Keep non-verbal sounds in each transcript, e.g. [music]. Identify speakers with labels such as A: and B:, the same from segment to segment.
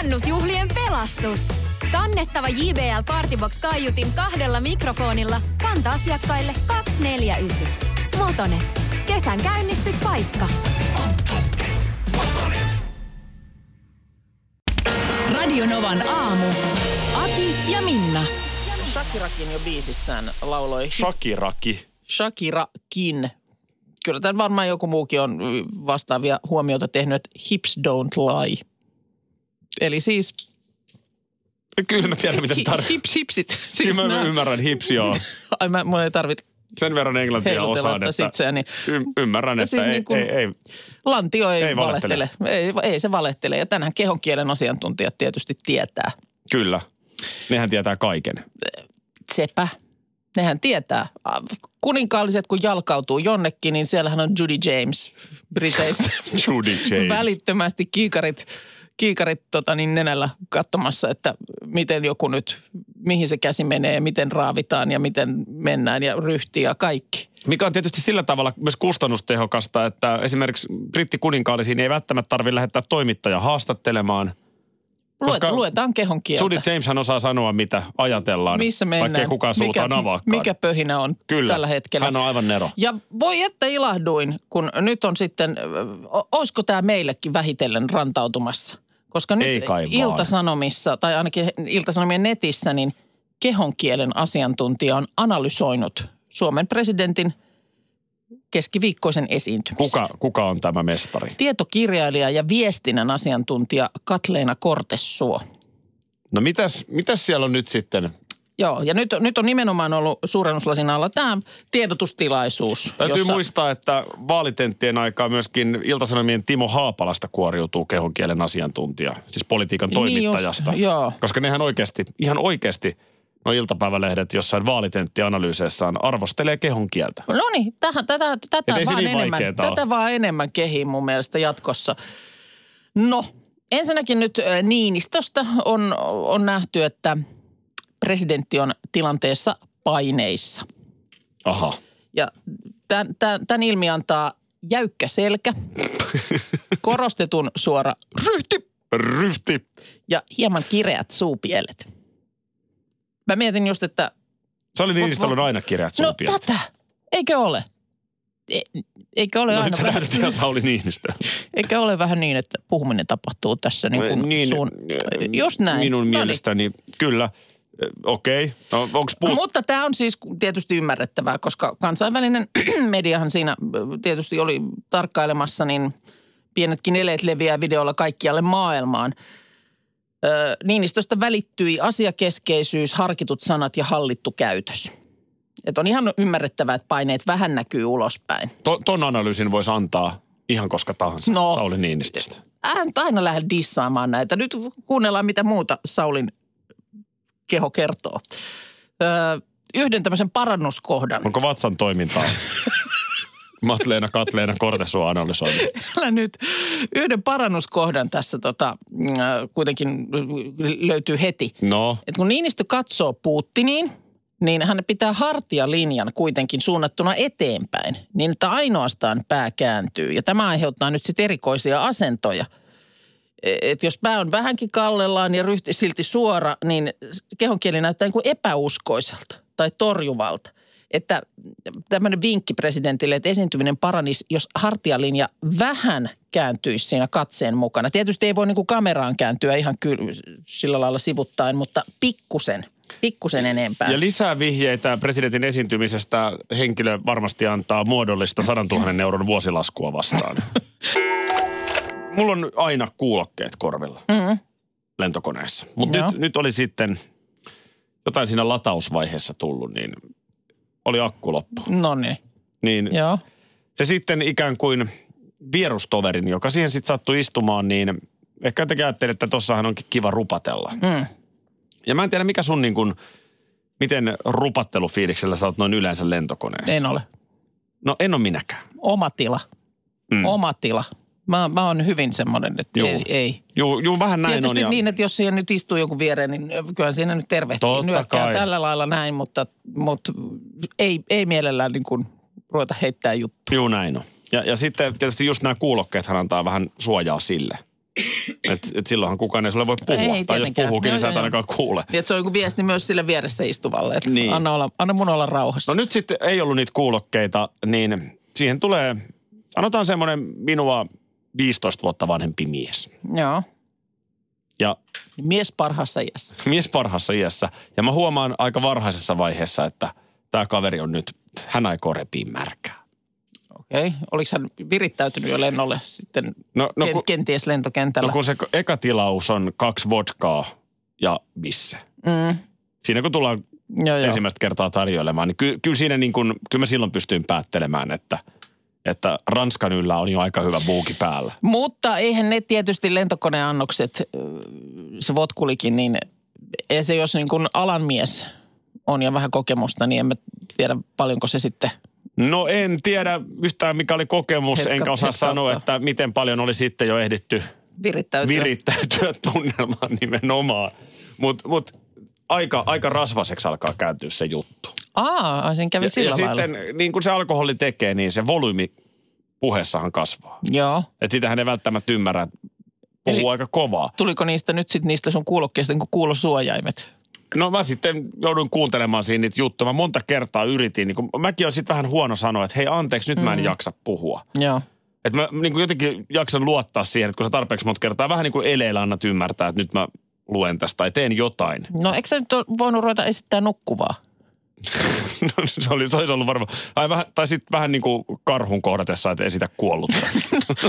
A: Juhannusjuhlien pelastus. Kannettava JBL Partybox kaiutin kahdella mikrofonilla kanta-asiakkaille 249. Motonet. Kesän käynnistyspaikka.
B: Radionovan aamu. Ati ja Minna.
C: Shakirakin jo biisissään lauloi
D: Shakiraki.
C: Shakirakin. Kyllä tämän varmaan joku muukin on vastaavia huomioita tehnyt, että hips don't lie. Eli siis
D: Kyllä mä tiedän, mitä se
C: hi-
D: tarkoittaa.
C: hips hipsit. Siis
D: [laughs] Kyllä mä
C: nää-
D: ymmärrän hips, joo.
C: Ai mä, mun ei tarvitse
D: Sen verran englantia osaan,
C: heilutella tässä
D: että
C: itseäni.
D: y- ymmärrän, että
C: Siis
D: ei,
C: niin kuin-
D: ei, ei,
C: Lantio ei,
D: Ei valehtele.
C: valehtele. Ei, ei se valehtele. Ja tänään kehonkielen asiantuntijat tietysti tietää.
D: kyllä. Nehän tietää kaiken.
C: Sepä. Nehän tietää. Ah, Kuninkaalliset, kun jalkautuu jonnekin, niin siellähän on Judy James Briteissä.
D: [laughs] Judy James.
C: Välittömästi kiikarit, kiikarit tota niin, nenällä katsomassa, että miten joku nyt, mihin se käsi menee, ja miten raavitaan ja miten mennään ja ryhti ja kaikki.
D: Mikä on tietysti sillä tavalla myös kustannustehokasta, että esimerkiksi brittikuninkaalisiin ei välttämättä tarvitse lähettää toimittajaa haastattelemaan.
C: Luet,
D: Koska
C: luetaan kehon kieltä.
D: Judy Jameshan osaa sanoa, mitä ajatellaan,
C: Missä mennään?
D: vaikkei kukaan suutaan
C: mikä,
D: avaakaan.
C: mikä pöhinä on
D: Kyllä.
C: tällä hetkellä?
D: Hän on aivan nero.
C: Ja voi että ilahduin, kun nyt on sitten, o- olisiko tämä meillekin vähitellen rantautumassa? Koska nyt
D: Ei kai vaan.
C: Iltasanomissa, tai ainakin Iltasanomien netissä, niin kehonkielen asiantuntija on analysoinut Suomen presidentin keskiviikkoisen esiintymisen.
D: Kuka, kuka on tämä mestari?
C: Tietokirjailija ja viestinnän asiantuntija Katleena Kortessuo.
D: No mitäs, mitäs siellä on nyt sitten?
C: Joo, ja nyt, nyt on nimenomaan ollut suurennuslasin alla tämä tiedotustilaisuus.
D: Täytyy jossa... muistaa, että vaalitenttien aikaa myöskin Iltasanomien Timo Haapalasta kuoriutuu kehonkielen asiantuntija, siis politiikan
C: Niin
D: toimittajasta.
C: just, joo.
D: Koska nehän oikeasti, ihan oikeasti, no iltapäivälehdet jossain vaalitentti-analyyseissaan arvostelee kehonkieltä.
C: No niin, tätä, tätä, tätä,
D: Et ei se
C: vaan
D: niin
C: enemmän,
D: vaikeeta ole.
C: tätä vaan enemmän kehiin mun mielestä jatkossa. No, ensinnäkin nyt ö, Niinistöstä on, on nähty, että presidentti on tilanteessa paineissa.
D: Aha.
C: Ja tämän, tämän, tämän ilmi antaa jäykkä
D: [laughs]
C: selkä, korostetun suora
D: Ryhti! Ryhti!
C: ja hieman kireät suupielet. Mä mietin just, että
D: Se oli Niinistöllä aina kirjat
C: no
D: suupielet.
C: tätä, eikö ole? E, eikö ole
D: No
C: aina
D: nyt sä
C: vähän-
D: näytät ihan Sauli
C: [laughs]
D: Niinistö.
C: Eikä ole vähän niin, että puhuminen tapahtuu tässä niin kuin niin, sun, just näin.
D: Minun
C: No niin.
D: mielestäni, kyllä. Eh, Okei. No, onko puut...
C: Mutta tämä on siis tietysti ymmärrettävää, koska kansainvälinen [clears throat] mediahan siinä tietysti oli tarkkailemassa, niin pienetkin eleet leviää videolla kaikkialle maailmaan. Ö, Niinistöstä välittyi asiakeskeisyys, harkitut sanat ja hallittu käytös. Et on ihan ymmärrettävää, että paineet vähän näkyy ulospäin.
D: To, ton analyysin voisi antaa ihan koska tahansa
C: No.
D: no. Sauli Niinistöstä.
C: Ää nyt aina lähde dissaamaan näitä. Nyt kuunnellaan, mitä muuta Saulin keho kertoo. Öö, yhden tämmöisen parannuskohdan.
D: Onko vatsan toimintaa? [laughs] Matleena Katleena Kortesua analysoinut.
C: Älä nyt. Yhden parannuskohdan tässä tota, öö, kuitenkin löytyy heti.
D: No,
C: Et kun Niinistö katsoo Putiniin, niin hän pitää hartialinjan kuitenkin suunnattuna eteenpäin, niin että ainoastaan pää kääntyy. Ja tämä aiheuttaa nyt sitten erikoisia asentoja. E-, Et jos pää on vähänkin kallellaan ja ryhti silti suora, niin s- kehonkieli näyttää niin kuin epäuskoiselta tai torjuvalta. Että tämmöinen vinkki presidentille, että esiintyminen paranisi, jos hartialinja vähän kääntyisi siinä katseen mukana. Tietysti ei voi niin kuin kameraan kääntyä ihan kyl- sillä lailla sivuttaen, mutta pikkusen, pikkusen enempää.
D: ja lisää vihjeitä presidentin esiintymisestä henkilö varmasti antaa muodollista 100 000 euron vuosilaskua [laughs] vastaan. Mulla on aina kuulokkeet korvilla
C: Mm.
D: lentokoneessa. Mutta
C: Joo.
D: nyt, nyt oli sitten jotain siinä latausvaiheessa tullut, niin oli akku loppu.
C: No niin,
D: Niin
C: joo.
D: se sitten ikään kuin vierustoverin, joka siihen sitten sattui istumaan, niin ehkä jotenkin ajattelin, että tossahan onkin kiva rupatella.
C: Mm.
D: Ja mä en tiedä, mikä sun niin kuin, miten rupattelufiiliksellä sä oot noin yleensä lentokoneessa.
C: En ole.
D: No en ole minäkään.
C: Oma tila,
D: Mm.
C: oma tila. Mä, mä oon hyvin semmoinen, että
D: Juu.
C: ei, ei.
D: Juu, juu, vähän näin
C: Tietysti
D: on. Ja,
C: niin, että jos siihen nyt istuu joku viereen, niin kyllähän siinä nyt tervehtii.
D: Totta
C: Nyökkää
D: kai.
C: tällä lailla näin, mutta, mutta ei, ei mielellään niin kuin ruveta heittää juttuja.
D: Juu, näin on. Ja, ja sitten tietysti just nämä kuulokkeethan antaa vähän suojaa sille. Et, et silloinhan kukaan ei sulle voi puhua.
C: Ei
D: Ei, tai jos
C: tietenkään.
D: puhuukin,
C: Joo,
D: niin sä et
C: joo,
D: ainakaan kuule.
C: Niin, että se on joku viesti myös sille vieressä istuvalle, että niin.
D: Niin.
C: anna, olla, anna mun olla rauhassa.
D: No nyt sitten ei ollut niitä kuulokkeita, niin siihen tulee, sanotaan semmoinen minua 15 vuotta vanhempi mies.
C: Joo.
D: Ja
C: Mies parhaassa iässä.
D: mies parhassa iässä. Ja mä huomaan aika varhaisessa vaiheessa, että tämä kaveri on nyt, hän aikoo repii märkää.
C: Okei. Okay. Oliko hän virittäytynyt jo lennolle sitten
D: No, no,
C: Ken-
D: kun,
C: kenties lentokentällä.
D: no kun se eka tilaus on kaksi vodkaa ja bisse.
C: mm.
D: Siinä kun tullaan
C: Joo,
D: Joo.
C: joo.
D: ensimmäistä kertaa tarjoilemaan, niin ky, kyllä siinä niin kuin, kyllä mä silloin pystyin päättelemään, että, että Ranskan yllä on jo aika hyvä buuki päällä.
C: Mutta eihän ne tietysti lentokoneannokset, ö, se votkulikin, niin ei se jos niin kuin alan mies on ja vähän kokemusta, niin en mä tiedä paljonko se sitten.
D: No en tiedä yhtään mikä oli kokemus,
C: Hetka-
D: Hetka, enkä osaa
C: hetkauttaa.
D: sanoa, että miten paljon oli sitten jo ehditty
C: Virittäytyä.
D: virittäytyä tunnelmaan nimenomaan. Mutta mut, aika, aika rasvaseksi alkaa kääntyä se juttu.
C: Aa, ai sen kävi
D: Ja,
C: No sillä
D: ja
C: lailla.
D: sitten niin kuin se alkoholi tekee, niin se volyymi puheessahan kasvaa.
C: Joo.
D: Et sitähän ei välttämättä ymmärrä, että puhuu
C: Eli-
D: aika kovaa.
C: Tuliko niistä nyt sitten niistä sun kuulokkeista niin kuin kuulosuojaimet?
D: No mä sitten jouduin kuuntelemaan siinä niitä juttuja. Mä monta kertaa yritin. Niin kun, mäkin on sitten vähän huono sanoa, että hei anteeksi, nyt mä
C: Mm.
D: en jaksa puhua.
C: Joo.
D: Että mä niin kuin jotenkin jaksan luottaa siihen, että kun sä tarpeeksi monta kertaa vähän niin kuin eleillä annat ymmärtää, että nyt mä luen tästä tai teen jotain. [laughs]
C: No eikö sä nyt ole voinut ruveta esittää nukkuvaa?
D: No, se, oli, se olisi ollut varmaan, ai vähän, tai sitten vähän niin kuin karhun kohdatessa, että esitä kuollut. [laughs]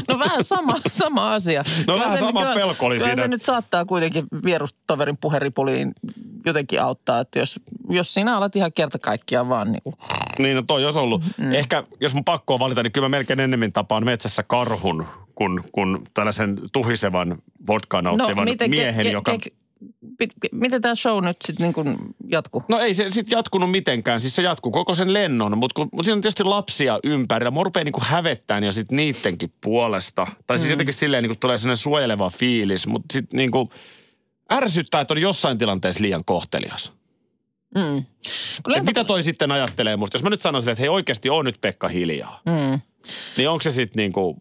C: No vähän sama, sama asia.
D: No vähän
C: se-
D: sama pelko oli
C: kyllä
D: siinä.
C: se nyt saattaa kuitenkin vierustoverin puheripuliin jotenkin auttaa, että jos, jos sinä alat ihan kerta kaikkiaan vaan niin kuin,
D: niin no toi olisi ollut. Mm. Ehkä jos mun pakko on valita, niin kyllä mä melkein ennemmin tapaan metsässä karhun kuin, kuin tällaisen tuhisevan vodkaa
C: No,
D: nauttivan miehen, joka...
C: pit, miten tämä show nyt sitten niin kuin jatkuu?
D: No ei se sitten jatkunut mitenkään. Siis se jatkuu koko sen lennon, mutta kun, mut siinä on tietysti lapsia ympärillä. Mua rupeaa niinku hävettään jo sitten niittenkin puolesta. Tai siis jotenkin silleen niinku tulee sellainen suojeleva fiilis, mutta sitten niinku ärsyttää, että on jossain tilanteessa liian kohtelias.
C: Mm. Kun
D: Et
C: lento-
D: mitä toi sitten ajattelee musta? Jos mä nyt sanon silleen, että hei oikeasti on nyt Pekka hiljaa,
C: mm.
D: niin onko se sitten niinku,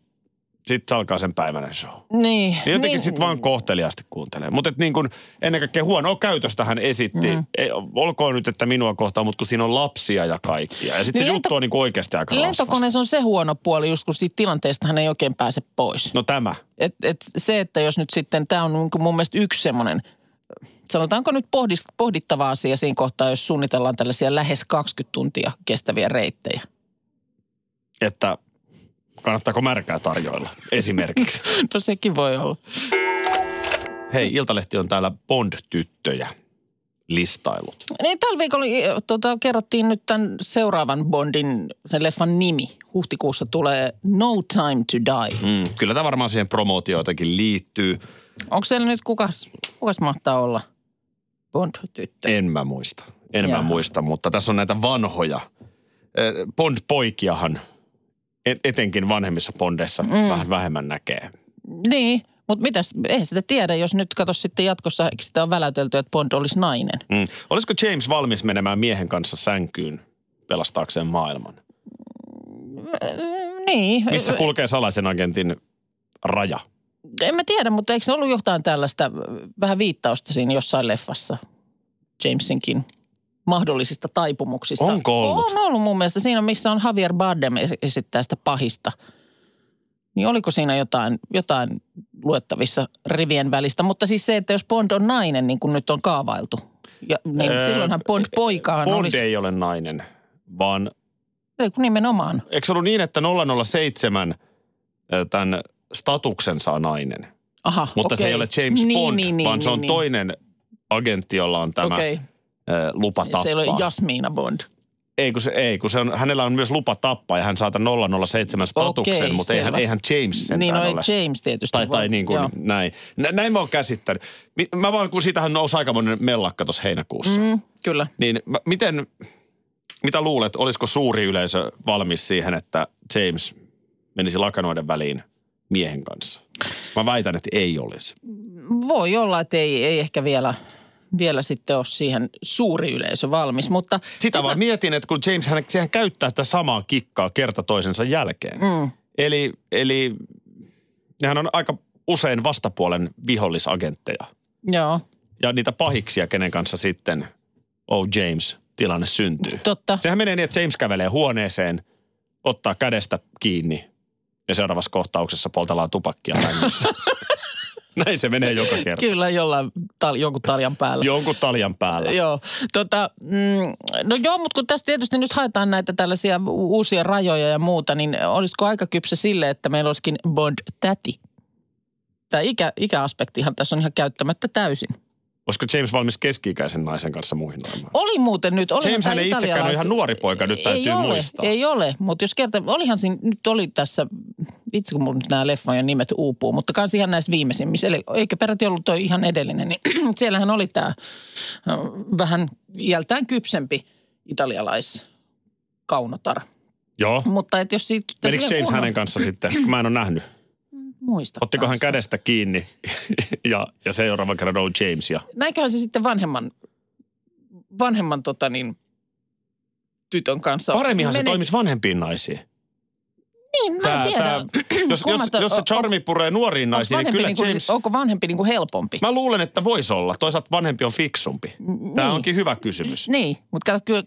D: sit se alkaa sen päiväinen show.
C: Niin.
D: Niin jotenkin niin. sitten vaan kohteliaasti kuuntelee. Mutta niin kun, ennen kaikkea huonoa käytöstä hän esitti. Mm. Ei, olkoon nyt, että minua kohtaan, mutta kun siinä on lapsia ja kaikkia.
C: Niin
D: Ja sitten niin se
C: lento-
D: juttu on niin oikeasti aika Lentokone...
C: Lentokoneessa on se huono puoli, just kun siitä tilanteesta hän ei oikein pääse pois.
D: No tämä.
C: Et, et se, että jos nyt sitten, tämä on niinku mun mielestä yksi semmoinen, sanotaanko nyt pohdis, pohdittava asia siinä kohtaa, jos suunnitellaan tällaisia lähes 20 tuntia kestäviä reittejä.
D: Että kannattaako märkää tarjoilla esimerkiksi.
C: No sekin voi olla.
D: Hei, Iltalehti on täällä Bond-tyttöjä listailut.
C: Niin, tällä viikolla eh, tota, kerrottiin nyt tämän seuraavan Bondin, sen leffan nimi. Huhtikuussa tulee No Time to Die.
D: Mm, kyllä tämä varmaan siihen promootioitakin liittyy.
C: Onko siellä nyt kukas, kukas mahtaa olla Bond-tyttö?
D: En mä muista. En
C: Jaa.
D: mä muista, mutta tässä on näitä vanhoja. Eh, Bond-poikiahan et- etenkin vanhemmissa Bondeissa mm. vähän vähemmän näkee.
C: Niin, mutta mitäs, eihän sitä tiedä, jos nyt katso sitten jatkossa, eikö sitä on väläytelty, että Bond olisi nainen.
D: Mm. Olisiko James valmis menemään miehen kanssa sänkyyn pelastaakseen maailman?
C: Mm, Niin.
D: Missä kulkee salaisen agentin raja?
C: En mä tiedä, mutta eikö se ollut jotain tällaista äh, vähän viittausta siinä jossain leffassa Jamesinkin mahdollisista taipumuksista?
D: Onko ollut?
C: On ollut mun mielestä. Siinä, missä on Javier Bardem esittää sitä pahista. Niin oliko siinä jotain, jotain luettavissa rivien välistä? Mutta siis se, että jos Bond on nainen, niin kuin nyt on kaavailtu, ja, niin
D: Öö,
C: silloinhan Bond poikaan
D: Bond
C: olisi.
D: ei ole nainen, vaan
C: Ei kun nimenomaan.
D: eikö se ollut niin, että 007 ö, tämän statuksen saa nainen?
C: Aha,
D: Mutta
C: okei.
D: se ei ole James
C: niin,
D: Bond,
C: niin, niin,
D: vaan se on
C: niin,
D: toinen agentti, jolla on tämä
C: Okei,
D: okay. lupa tappaa.
C: se ei ole Jasmina Bond.
D: Ei, kun se, ei, kun se on, hänellä on myös lupa tappaa ja hän saa tämän 007 statuksen,
C: Okei,
D: okay, mutta eihän,
C: selvä.
D: eihän James sentään
C: Niin, no ei
D: ole.
C: James tietysti.
D: Tai,
C: voi.
D: tai niin kuin
C: Joo.
D: näin. Nä, näin mä oon käsittänyt. Mi- Mä vaan, kun siitähän nousi aikamoinen mellakka tuossa heinäkuussa. Mm.
C: Mm, kyllä.
D: Niin mä, miten, mitä luulet, olisiko suuri yleisö valmis siihen, että James menisi lakanoiden väliin miehen kanssa? Mä väitän, että ei olisi.
C: Voi olla, että ei, ei ehkä vielä, vielä sitten ole siihen suuri yleisö valmis, mutta
D: Sitä vaan mietin, että kun James, hän, sehän käyttää tätä samaa kikkaa kerta toisensa jälkeen.
C: mm,
D: Eli, eli nehän on aika usein vastapuolen vihollisagentteja
C: Joo,
D: ja niitä pahiksia, kenen kanssa sitten Oh James tilanne syntyy.
C: totta.
D: Sehän menee niin, että James kävelee huoneeseen, ottaa kädestä kiinni ja seuraavassa kohtauksessa poltellaan tupakkia sängyssä. Näin se menee joka kerta.
C: Kyllä jollain, tal, jonkun taljan päällä.
D: Jonkun taljan päällä.
C: Joo, tota, mm, no joo, mutta kun tässä tietysti nyt haetaan näitä tällaisia u- uusia rajoja ja muuta, niin olisiko aika kypsä sille, että meillä olisikin Bond-täti? Tämä ikä, ikäaspektihan tässä on ihan käyttämättä täysin.
D: Olisiko James valmis keski-ikäisen naisen kanssa muhinoimaan?
C: Oli muuten nyt. Oli
D: James hän ei itsekään ole ihan nuori poika, nyt täytyy
C: ei ole,
D: muistaa.
C: Ei ole, mutta jos kerta, olihan siinä, nyt oli tässä, vitsi kun mulla nyt nämä leffojen nimet uupuu, mutta kans ihan näissä viimeisimmissä, eli eikä peräti ollut toi ihan edellinen, niin [clears throat] siellähän oli tämä vähän iältään kypsempi italialais kaunotar.
D: Joo.
C: Mutta et jos siitä...
D: Menikö James
C: kunnon-
D: hänen kanssa sitten? kun Mä en ole nähnyt.
C: Muista
D: Ottiko hän
C: kanssa.
D: kädestä kiinni [laughs] ja, ja seuraavan kerran on James ja
C: Näinköhän se sitten vanhemman, vanhemman tota niin, tytön kanssa.
D: Paremminhan se
C: Mene-
D: toimisi
C: [clears throat]
D: vanhempiin naisiin.
C: Niin, mä en tiedä.
D: jos, jos,
C: Kummasta-
D: jos se charmi puree nuoriin
C: Onko
D: naisiin, niin
C: vanhempi
D: kyllä
C: niinku-
D: James...
C: Onko vanhempi niin kuin helpompi?
D: Mä luulen, että voisi olla. Toisaalta vanhempi on fiksumpi. Tämä
C: niin.
D: onkin hyvä kysymys.
C: Niin, mutta kato, kyllä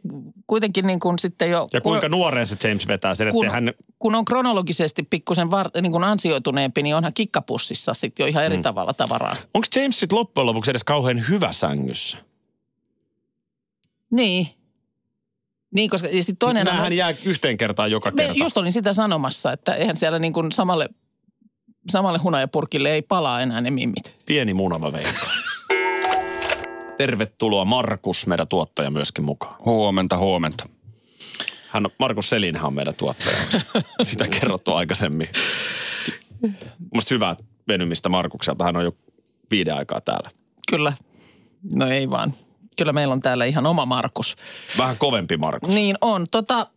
C: kuitenkin niin kuin sitten jo...
D: Ja kuinka nuoreen se James vetää sen,
C: kun,
D: että hän...
C: kun on kronologisesti pikkusen var, niin kuin ansioituneempi, niin onhan kikkapussissa sitten jo ihan
D: Mm.
C: eri tavalla tavaraa.
D: Onko James sitten loppujen lopuksi edes kauhean hyvä sängyssä?
C: Niin. Niin, koska ja sitten toinen...
D: Nämähän hän jää yhteen kertaan joka
C: me,
D: kerta.
C: just olin sitä sanomassa, että eihän siellä niin kuin samalle, samalle hunajapurkille ei palaa enää ne mimmit.
D: Pieni munava veikkaan. [laughs] Tervetuloa Markus, meidän tuottaja myöskin mukaan.
E: Huomenta, huomenta.
D: Hän on, Markus Selinhän on meidän [laughs] tuottaja. Sitä kerrottu aikaisemmin. Musta hyvää venymistä Markukselta. Hän on jo viiden aikaa täällä.
C: Kyllä. No ei vaan. Kyllä meillä on täällä ihan oma Markus.
D: Vähän kovempi [laughs] Markus.
C: Niin on. Tota,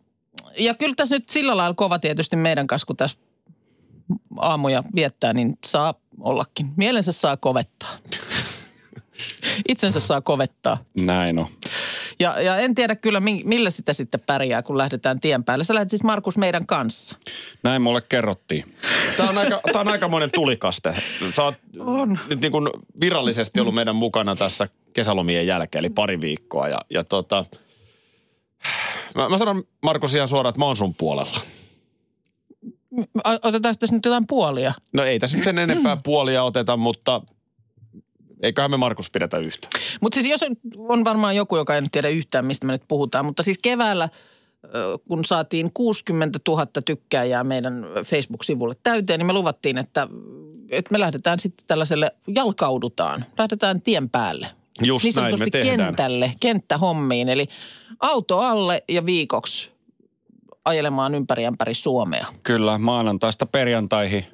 C: ja kyllä tässä nyt sillä lailla kova tietysti meidän kanssa, kun tässä aamuja viettää, niin saa ollakin. Mielensä saa kovettaa. Itsensä saa kovettaa.
E: Näin on.
C: Ja, ja en tiedä kyllä, mi- millä sitä sitten pärjää, kun lähdetään tien päälle. Sä lähdet siis Markus meidän kanssa.
E: Näin mulle kerrottiin.
D: Tämä on, aika, tämä on aikamoinen tulikaste. Sä oot on. nyt niin kuin virallisesti ollut meidän mukana tässä kesälomien jälkeen, eli pari viikkoa. Ja, ja tota, mä, mä sanon Markus ihan suoraan, että mä oon sun puolella.
C: O- Otetaanko tässä nyt jotain puolia?
D: No ei tässä nyt sen
C: [clears throat]
D: enempää puolia oteta, mutta eiköhän me Markus pidetä yhtä.
C: Mutta siis jos on varmaan joku, joka ei nyt tiedä yhtään, mistä me nyt puhutaan, mutta siis keväällä ö, kun saatiin 60 000 tykkääjää meidän Facebook-sivulle täyteen, niin me luvattiin, että, että me lähdetään sitten tällaiselle, jalkaudutaan, lähdetään tien päälle.
D: Just
C: niin
D: näin me
C: sanotusti
D: tehdään.
C: kentälle, kenttähommiin, eli auto alle ja viikoksi ajelemaan ympäri ämpäri Suomea.
E: Kyllä, maanantaista perjantaihin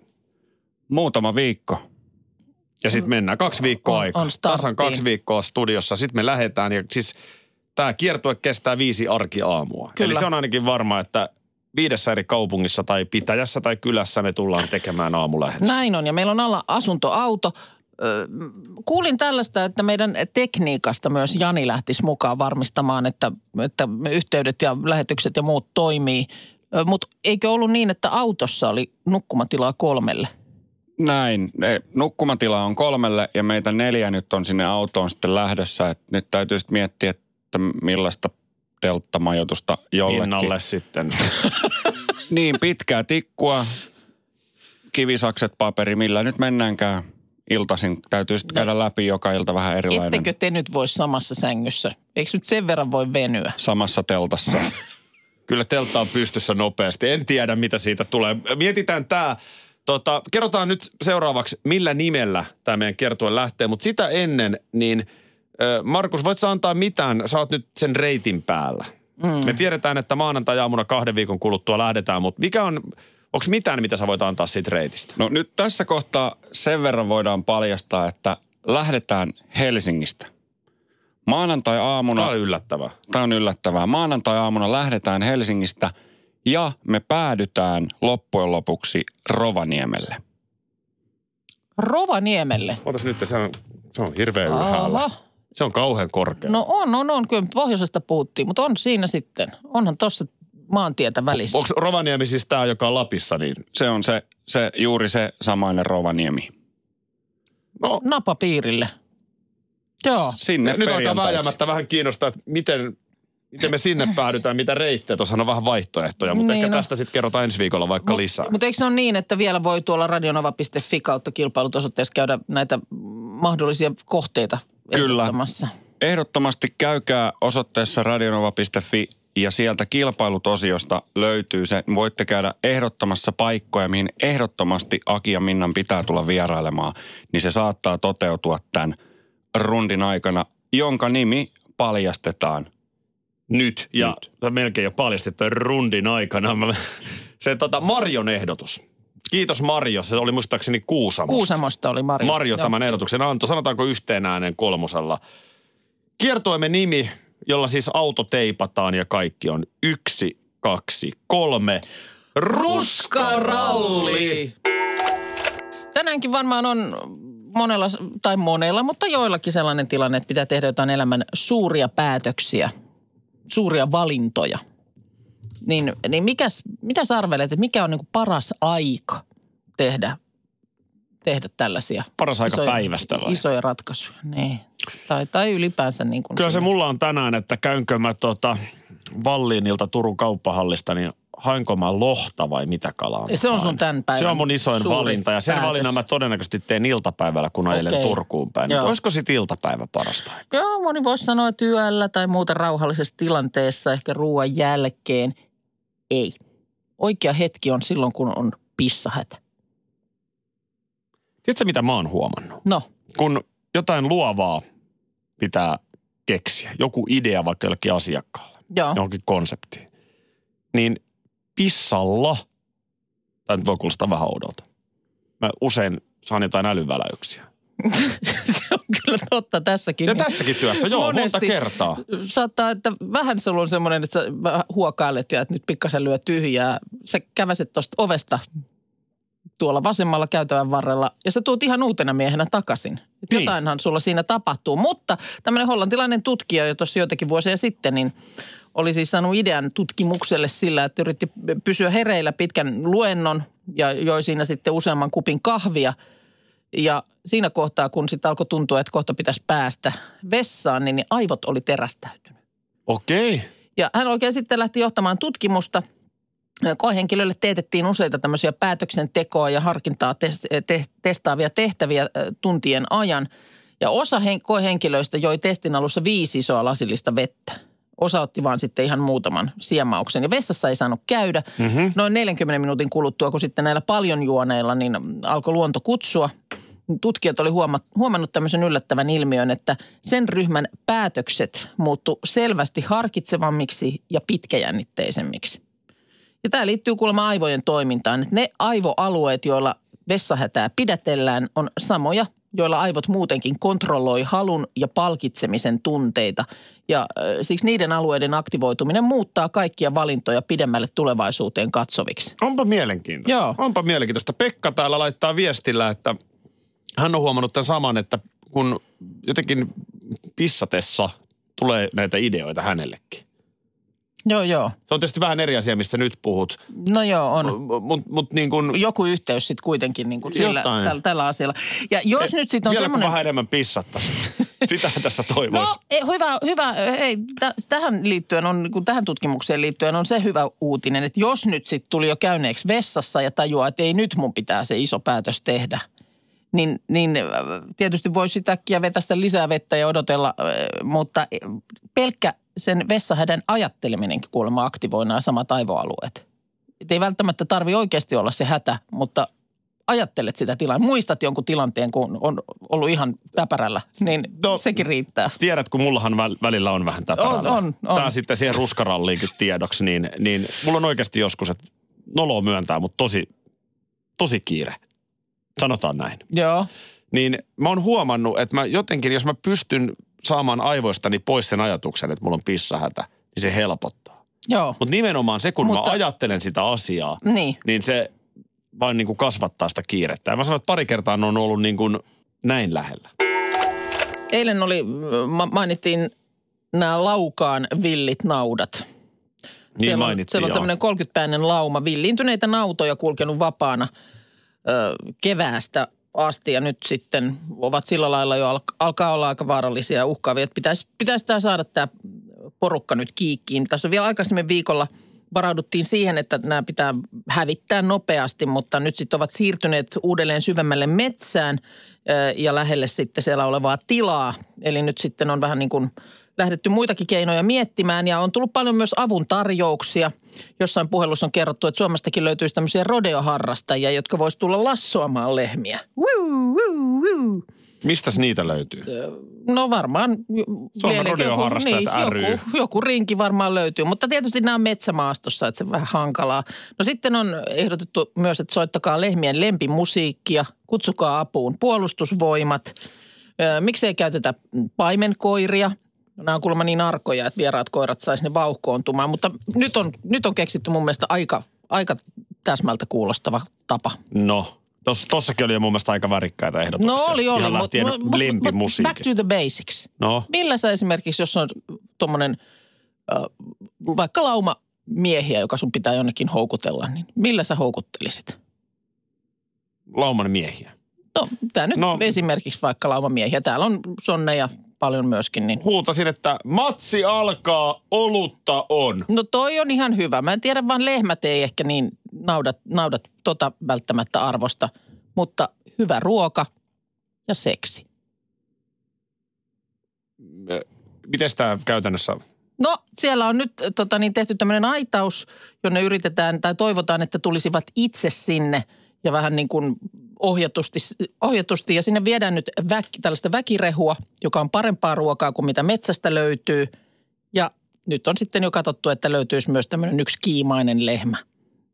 E: muutama viikko.
D: Ja sitten mennään kaksi viikkoa
C: On-
D: aikaa.
C: on starttiin.
D: Tasan kaksi viikkoa studiossa. Sitten me lähdetään ja siis tämä kiertue kestää viisi arkiaamua.
C: Kyllä.
D: Eli se on ainakin varma, että viidessä eri kaupungissa tai pitäjässä tai kylässä me tullaan tekemään aamulähetys.
C: Näin on, ja meillä on alla asuntoauto. Ö, Kuulin tällaista, että meidän tekniikasta myös Jani lähtisi mukaan varmistamaan, että, että yhteydet ja lähetykset ja muut toimii. Mutta eikö ollut niin, että autossa oli nukkumatilaa kolmelle?
E: Näin. E, Nukkumatila on kolmelle ja meitä neljä nyt on sinne autoon sitten lähdössä. Et nyt täytyy sitten miettiä, että millaista telttamajoitusta jollekin.
D: Innalle sitten.
E: Niin, pitkää tikkua, kivisakset, paperi, millä nyt mennäänkään iltaisin. Täytyy sitten käydä läpi joka ilta vähän erilainen.
C: Ettekö te nyt voi samassa sängyssä? Eikö nyt sen verran voi venyä?
E: Samassa teltassa.
D: Kyllä teltta on pystyssä nopeasti. En tiedä, mitä siitä tulee. Mietitään tämä. Tota, kerrotaan nyt seuraavaksi, millä nimellä tämä meidän kiertue lähtee. Mutta sitä ennen, niin ö, Markus, voit sä antaa mitään? Sä oot nyt sen reitin päällä. Mm. Me tiedetään, että maanantai-aamuna kahden viikon kuluttua lähdetään, mutta mikä on, onko mitään, mitä sä voit antaa siitä reitistä?
E: No nyt tässä kohtaa sen verran voidaan paljastaa, että lähdetään Helsingistä.
D: Tämä
E: Maanantai-aamuna,
D: oli yllättävää.
E: tämä on yllättävää, maanantai-aamuna lähdetään Helsingistä ja me päädytään loppujen lopuksi Rovaniemelle.
C: Rovaniemelle.
D: Otas nyt, se on, se on hirveän
C: Aha.
D: ylhäällä. Se on kauhean korkea.
C: No on, on, on. Kyllä nyt pohjoisesta puhuttiin, mutta on siinä sitten. Onhan tuossa maantietä välissä.
D: Onko Rovaniemi siis tämä, joka on Lapissa, niin
E: Se on se, se juuri se samainen Rovaniemi.
D: No,
C: napapiirille. Joo.
E: Sinne
D: nyt alkaa
E: perjantaiksi.
D: vääjäämättä vähän kiinnostaa, että miten, miten me sinne päädytään, mitä reittejä. Tuossahan on vähän vaihtoehtoja, mutta
C: Niin
D: ehkä
C: on.
D: tästä sitten kerrotaan ensi viikolla vaikka lisää.
C: Mutta eikö se ole niin, että vielä voi tuolla radionova.fi kautta kilpailut osoitteessa käydä näitä mahdollisia kohteita
E: Kyllä.
C: ehdottamassa?
E: Ehdottomasti käykää osoitteessa radionova.fi ja sieltä kilpailutosiosta löytyy se. Voitte käydä ehdottamassa paikkoja, mihin ehdottomasti Aki ja Minnan pitää tulla vierailemaan. Niin se saattaa toteutua tämän rundin aikana, jonka nimi paljastetaan.
D: Nyt. Ja Nyt. melkein jo paljastettu rundin aikana. Mä- Se tota, Marjon ehdotus. Kiitos Marjo, se oli muistaakseni Kuusamosta.
C: Kuusamosta oli Marjo.
D: Marjo
C: Joo.
D: tämän ehdotuksen antoi, sanotaanko yhteen ääneen kolmosella. Kiertoimen nimi, jolla siis auto teipataan ja kaikki on yksi, kaksi, kolme. Ruskaralli!
C: Tänäänkin varmaan on monella, tai monella, mutta joillakin sellainen tilanne, että pitää tehdä jotain elämän suuria päätöksiä, suuria valintoja. Niin, niin mikäs, mitä sä arvelet, että mikä on niin paras aika tehdä, tehdä tällaisia
D: Paras aika päivästä vai?
C: isoja ratkaisuja? Niin. Tai, tai ylipäänsä niin kuin
D: Kyllä se mulla on tänään, että käynkö mä tota Valliinilta Turun kauppahallista, niin hainko mä lohta vai mitä kalaa mä
C: Se on sun
D: haen.
C: tämän päivän
D: Se on mun isoin
C: suurin
D: valinta ja sen
C: päätös.
D: valinnan mä todennäköisesti teen iltapäivällä, kun ajelen
C: Okei.
D: Turkuun päin. Niin
C: Joo.
D: olisiko sit iltapäivä parasta? aikaa?
C: Joo, moni voisi sanoa että yöllä tai muuten rauhallisessa tilanteessa, ehkä ruoan jälkeen. Ei. Oikea hetki on silloin, kun on pissahätä.
D: Tiedätkö mitä mä oon huomannut?
C: No,
D: Kun jotain luovaa pitää keksiä, joku idea vaikka jollekin asiakkaalle,
C: joo. No.
D: johonkin konseptiin, niin pissalla, tai nyt voi kuulostaa vähän oudolta, mä usein saan jotain älyväläyksiä.
C: [laughs] se on kyllä totta tässäkin.
D: Ja tässäkin työssä, joo, monta
C: Niin. Monesti.
D: kertaa.
C: Saattaa, että vähän sulla on semmoinen, että sä vähän huokailet ja että nyt pikkasen lyö tyhjää. Sä käväset tuosta ovesta tuolla vasemmalla käytävän varrella ja sä tuut ihan uutena miehenä takaisin. Et
D: Niin.
C: Jotainhan sulla siinä tapahtuu, mutta tämmöinen hollantilainen tutkija jo tuossa joitakin vuosia sitten, niin oli siis saanut idean tutkimukselle sillä, että yritti pysyä hereillä pitkän luennon ja joi siinä sitten useamman kupin kahvia. Ja siinä kohtaa, kun sitten alkoi tuntua, että kohta pitäisi päästä vessaan, niin niin aivot oli terästäytynyt.
D: Okei. Okay.
C: Ja hän oikein sitten lähti johtamaan tutkimusta. Koehenkilölle teetettiin useita tämmöisiä päätöksentekoa ja harkintaa tes- te- testaavia tehtäviä ö, tuntien ajan. Ja osa hen- koehenkilöistä joi testin alussa viisi isoa lasillista vettä. Osa otti vaan sitten ihan muutaman siemauksen. Ja vessassa ei saanut käydä.
D: Mm-hmm.
C: Noin 40 minuutin kuluttua, kun sitten näillä paljon juoneilla niin alkoi luonto kutsua, niin tutkijat oli huoma- huomannut tämmöisen yllättävän ilmiön, että sen ryhmän päätökset muuttu selvästi harkitsevammiksi ja pitkäjännitteisemmiksi. Ja tämä liittyy kuulemma aivojen toimintaan, että ne aivoalueet, joilla vessahätää pidätellään, on samoja, joilla aivot muutenkin kontrolloi halun ja palkitsemisen tunteita. Ja ö, siksi niiden alueiden aktivoituminen muuttaa kaikkia valintoja pidemmälle tulevaisuuteen katsoviksi.
D: Onpa mielenkiintoista.
C: Joo.
D: Onpa mielenkiintoista. Pekka täällä laittaa viestillä, että hän on huomannut tämän saman, että kun jotenkin pissatessa tulee näitä ideoita hänellekin.
C: Joo, joo.
D: Se on tietysti vähän eri asia, mistä nyt puhut,
C: No joo, on.
D: mutta mut niin kuin...
C: joku yhteys sitten kuitenkin niin kuin sillä,
D: Jotain.
C: tällä, tällä asialla. Ja jos nyt sitten on
D: vielä
C: semmoinen...
D: kun vähän enemmän
C: [laughs]
D: pissattaisiin. Sitähän tässä toivoisi.
C: No, ei, hyvä, hyvä. Ei, tä- tähän liittyen on, niin kuin tähän tutkimukseen liittyen on se hyvä uutinen, että jos nyt sitten tuli jo käyneeksi vessassa ja tajuaa, että ei nyt mun pitää se iso päätös tehdä, niin, niin äh, tietysti voi sitä äkkiä vetästä lisää vettä ja odotella, äh, mutta pelkkä sen vessahädän ajatteleminen kuulemma aktivoi nämä samat aivoalueet. Et ei välttämättä tarvi oikeasti olla se hätä, mutta ajattelet sitä tilaa. Muistat jonkun tilanteen, kun on ollut ihan täpärällä, niin
D: No,
C: no, sekin riittää.
D: Tiedät, kun mullahan väl- välillä on vähän täpärällä.
C: On, on, on.
D: Tää sitten siihen ruskaralliinkin tiedoksi, niin, niin mulla on oikeasti joskus, että noloa myöntää, mutta tosi, tosi kiire. Sanotaan näin.
C: Joo.
D: Niin mä oon huomannut, että mä jotenkin, jos mä pystyn saamaan aivoistani pois sen ajatuksen, että mulla on pissahätä, niin se helpottaa.
C: Joo,
D: Mutta nimenomaan se, kun
C: Mutta-
D: mä ajattelen sitä asiaa,
C: niin.
D: niin se vain niin kuin kasvattaa sitä kiirettä. Ja mä sanon, että pari kertaa ne on ollut niin kuin näin lähellä.
C: Eilen oli, ma- mainittiin nämä laukaan villit naudat.
D: Niin
C: siellä on,
D: mainittiin,
C: siellä on
D: joo.
C: tämmöinen 30-päinen lauma villiintyneitä nautoja kulkenut vapaana ö, keväästä asti ja nyt sitten ovat sillä lailla jo al- alkaa olla aika vaarallisia ja uhkaavia. Että Pitäisi, pitäisi tämä saada tämä porukka nyt kiikkiin. Tässä on vielä aikaisemmin viikolla varauduttiin siihen, että nämä pitää hävittää nopeasti, mutta nyt sitten ovat siirtyneet uudelleen syvemmälle metsään ö, ja lähelle sitten siellä olevaa tilaa. Eli nyt sitten on vähän niin kuin lähdetty muitakin keinoja miettimään ja on tullut paljon myös avun tarjouksia. Jossain puhelussa on kerrottu, että Suomestakin löytyisi tämmöisiä rodeoharrastajia, jotka voisi tulla lassoamaan lehmiä. Wuu, wuu, wuu.
D: Mistäs niitä löytyy?
C: No varmaan.
E: Suomen
C: vielä
E: Rodeoharrastajat
C: niin, joku,
E: ry.
C: joku, joku rinki varmaan löytyy, mutta tietysti nämä on metsämaastossa, että se on vähän hankalaa. No sitten on ehdotettu myös, että soittakaa lehmien lempimusiikkia, kutsukaa apuun puolustusvoimat. Ö, Miksei käytetä paimenkoiria? No, Nämä on kuulemma niin arkoja, että vieraat koirat saisi ne vauhkoontumaan, mutta nyt on, nyt on keksitty mun mielestä aika, aika täsmältä kuulostava tapa.
D: No, Tos, tossakin oli jo mun mielestä aika värikkäitä ehdotuksia.
C: No oli, oli,
D: Ihan
C: mutta
D: lähtien
C: mut- mut- mut back
D: lempimusiikista.
C: to the basics.
D: No,
C: Millä sä esimerkiksi, jos on tuommoinen vaikka lauma miehiä, joka sun pitää jonnekin houkutella, niin millä sä houkuttelisit?
D: lauman miehiä.
C: No, tää nyt
D: No.
C: no. esimerkiksi vaikka laumamiehiä. Täällä on sonneja paljon myöskin, niin
D: Huutasin, että matsi alkaa, olutta on.
C: No toi on ihan hyvä. Mä en tiedä, vaan lehmät ei ehkä niin naudat, naudat tota välttämättä arvosta, mutta hyvä ruoka ja seksi.
D: Miten tämä käytännössä on?
C: No siellä on nyt äh, tota, niin tehty tämmöinen aitaus, jonne yritetään tai toivotaan, että tulisivat itse sinne ja vähän niin kuin ohjatusti, ohjatusti. Ja sinne viedään nyt väk, tällaista väkirehua, joka on parempaa ruokaa kuin mitä metsästä löytyy. Ja nyt on sitten jo katsottu, että löytyisi myös tämmöinen yksi kiimainen lehmä.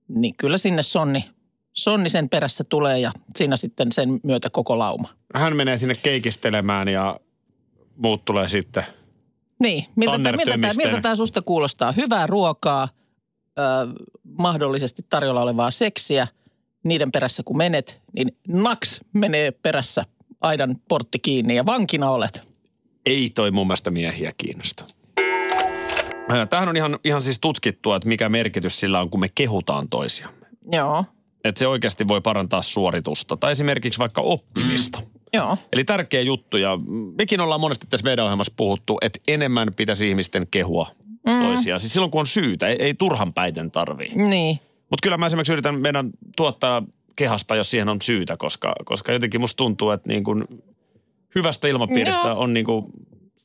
C: Niin kyllä sinne sonni, sonni sen perässä tulee ja siinä sitten sen myötä koko lauma.
D: Hän menee sinne keikistelemään ja muut tulee sitten.
C: Niin, miltä, tämä,
D: Tanner
C: miltä, tämä,
D: tömisteenä.
C: miltä tämä susta kuulostaa? Hyvää ruokaa, ö, mahdollisesti tarjolla olevaa seksiä. Niiden perässä kun menet, niin naks menee perässä aidan portti kiinni ja vankina olet.
D: Ei toi mun mielestä miehiä kiinnosta. Ää, Tämähän on ihan, ihan siis tutkittua, että mikä merkitys sillä on, kun me kehutaan toisiamme.
C: Joo,
D: Että se oikeasti voi parantaa suoritusta tai esimerkiksi vaikka oppimista.
C: joo.
D: Eli tärkeä juttu ja mekin ollaan monesti tässä meidän ohjelmassa puhuttu, että enemmän pitäisi ihmisten kehua toisiaan. Siis silloin kun on syytä, ei, ei turhan päiten tarvii.
C: Niin,
D: Mutta kyllä mä esimerkiksi yritän meidän tuottaa kehasta, jos siihen on syytä, koska, koska jotenkin musta tuntuu, että niin kun hyvästä ilmapiiristä
C: Joo.
D: on niin kun,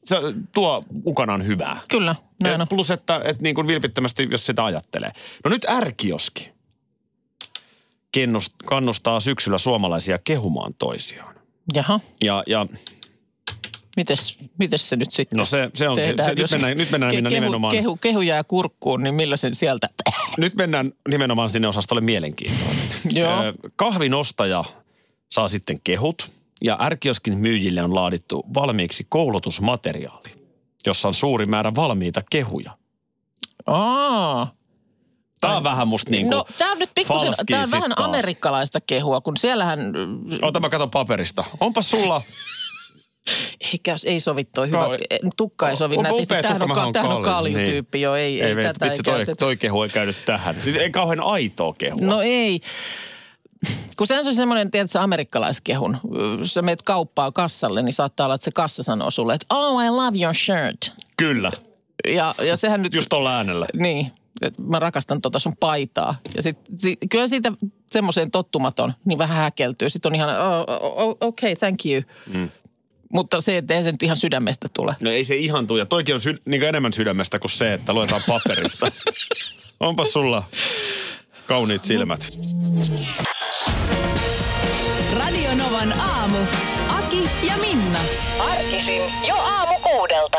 D: se tuo mukanaan hyvää.
C: kyllä, näin
D: Ja
C: on.
D: plus, että, että niin kuin vilpittömästi, jos sitä ajattelee. No nyt ärkioski Kennus- kannustaa syksyllä suomalaisia kehumaan toisiaan.
C: Jaha,
D: Ja, ja
C: mites, mites se nyt sitten
D: no se, se on, se, nyt
C: jos
D: mennään, nyt mennään
C: ke-
D: Minna,
C: kehu,
D: nimenomaan,
C: Kehu, kehu jää kurkkuun, niin millä sen sieltä?
D: nyt mennään nimenomaan sinne osastolle mielenkiintoon.
C: joo,
D: Ö, Kahvin ostaja saa sitten kehut ja ärkioskin myyjille on laadittu valmiiksi koulutusmateriaali, jossa on suuri määrä valmiita kehuja.
C: aa.
D: Tämä on vähän musta niin kuin,
C: No, tämä on nyt pikkusen,
D: falskii
C: tämä on
D: sit
C: vähän
D: taas.
C: amerikkalaista kehua, kun siellähän ö,
D: Ota mä katon paperista. Onpas sulla,
C: Ei, käy, ei sovi toi hyvä.
D: Kau-
C: Ei, Tukka ei sovi
D: Onpa
C: nätisti.
D: upea
C: Tämähän on,
D: tukka,
C: ka-
D: mä
C: tämähän on
D: oon kallin,
C: kaljutyyppi jo. Ei, ei,
D: ei,
C: tätä
D: vitsi,
C: ei
D: toi,
C: käytetä.
D: toi kehu ei käynyt tähän. Siis ei kauhean aitoa kehua.
C: No ei. Kun sehän on semmoinen, tiedätkö, sä, amerikkalaiskehun. Sä meet kauppaan kassalle, niin saattaa olla, että se kassa sanoo sulle, että oh, I love your shirt.
D: Kyllä,
C: Ja, ja sehän nyt...
D: just tuolla äänellä.
C: Niin, että mä rakastan tota sun paitaa. Ja sit, sit, kyllä siitä semmoiseen tottumaton, niin vähän häkeltyy. Sitten on ihan, oh, oh, okay, thank you. Mm. Mutta se, että ei se nyt ihan sydämestä tule.
D: No ei se ihan tuu. Ja toikin on sy- niin enemmän sydämestä kuin se, että luetaan paperista. Onpas sulla kauniit silmät.
B: Radio Novan aamu. Aki ja Minna.
F: Arkisin jo aamu kuudelta.